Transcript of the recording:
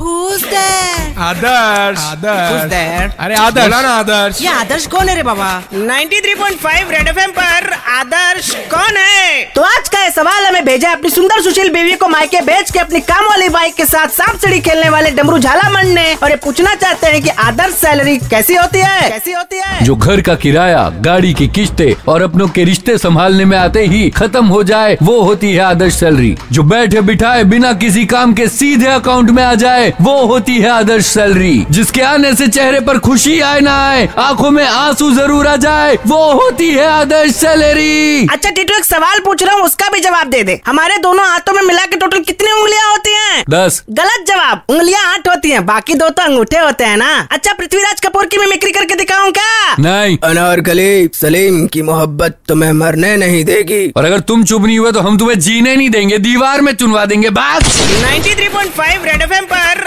who's there? Adarsh Who's Adarsh there? अरे आदर्श बोला ना आदर्श ये आदर्श कौन है रे बाबा 93.5 रेड एफएम पर आदर्श कौन है तो आज का ये सवाल हमें भेजा है अपनी सुंदर सुशील बीवी को मायके भेज के अपनी काम वाली बाइक के साथ सांप सीढ़ी खेलने वाले डमरू झालामंड ने और ये पूछना चाहते हैं कि आदर्श सैलरी कैसी होती है कैसी होती है जो घर का किराया गाड़ी की किस्तें और अपनों के रिश्ते संभालने में आते ही खत्म हो जाए वो होती है आदर्श सैलरी जो बैठे बिठाए बिना किसी काम के सीधे अकाउंट में आ जाए वो होती है आदर्श सैलरी जिसके आने से चेहरे पर खुशी आए ना आए आंखों में आंसू जरूर आ जाए वो होती है आदर्श सैलरी अच्छा टीटू एक सवाल पूछ रहा हूँ उसका भी जवाब दे दे हमारे दोनों हाथों में मिला के टोटल कितनी उंगलियाँ होती हैं दस गलत जवाब उंगलियाँ आठ होती हैं बाकी दो तो अंगूठे होते हैं ना अच्छा पृथ्वीराज कपूर की मिमिक्री करके दिखाऊं क्या नहीं अनारकली सलीम की मोहब्बत तुम्हें मरने नहीं देगी और अगर तुम चुप नहीं हुए तो हम तुम्हें जीने नहीं देंगे दीवार में चुनवा देंगे बात 93.5 रेड एफएम पर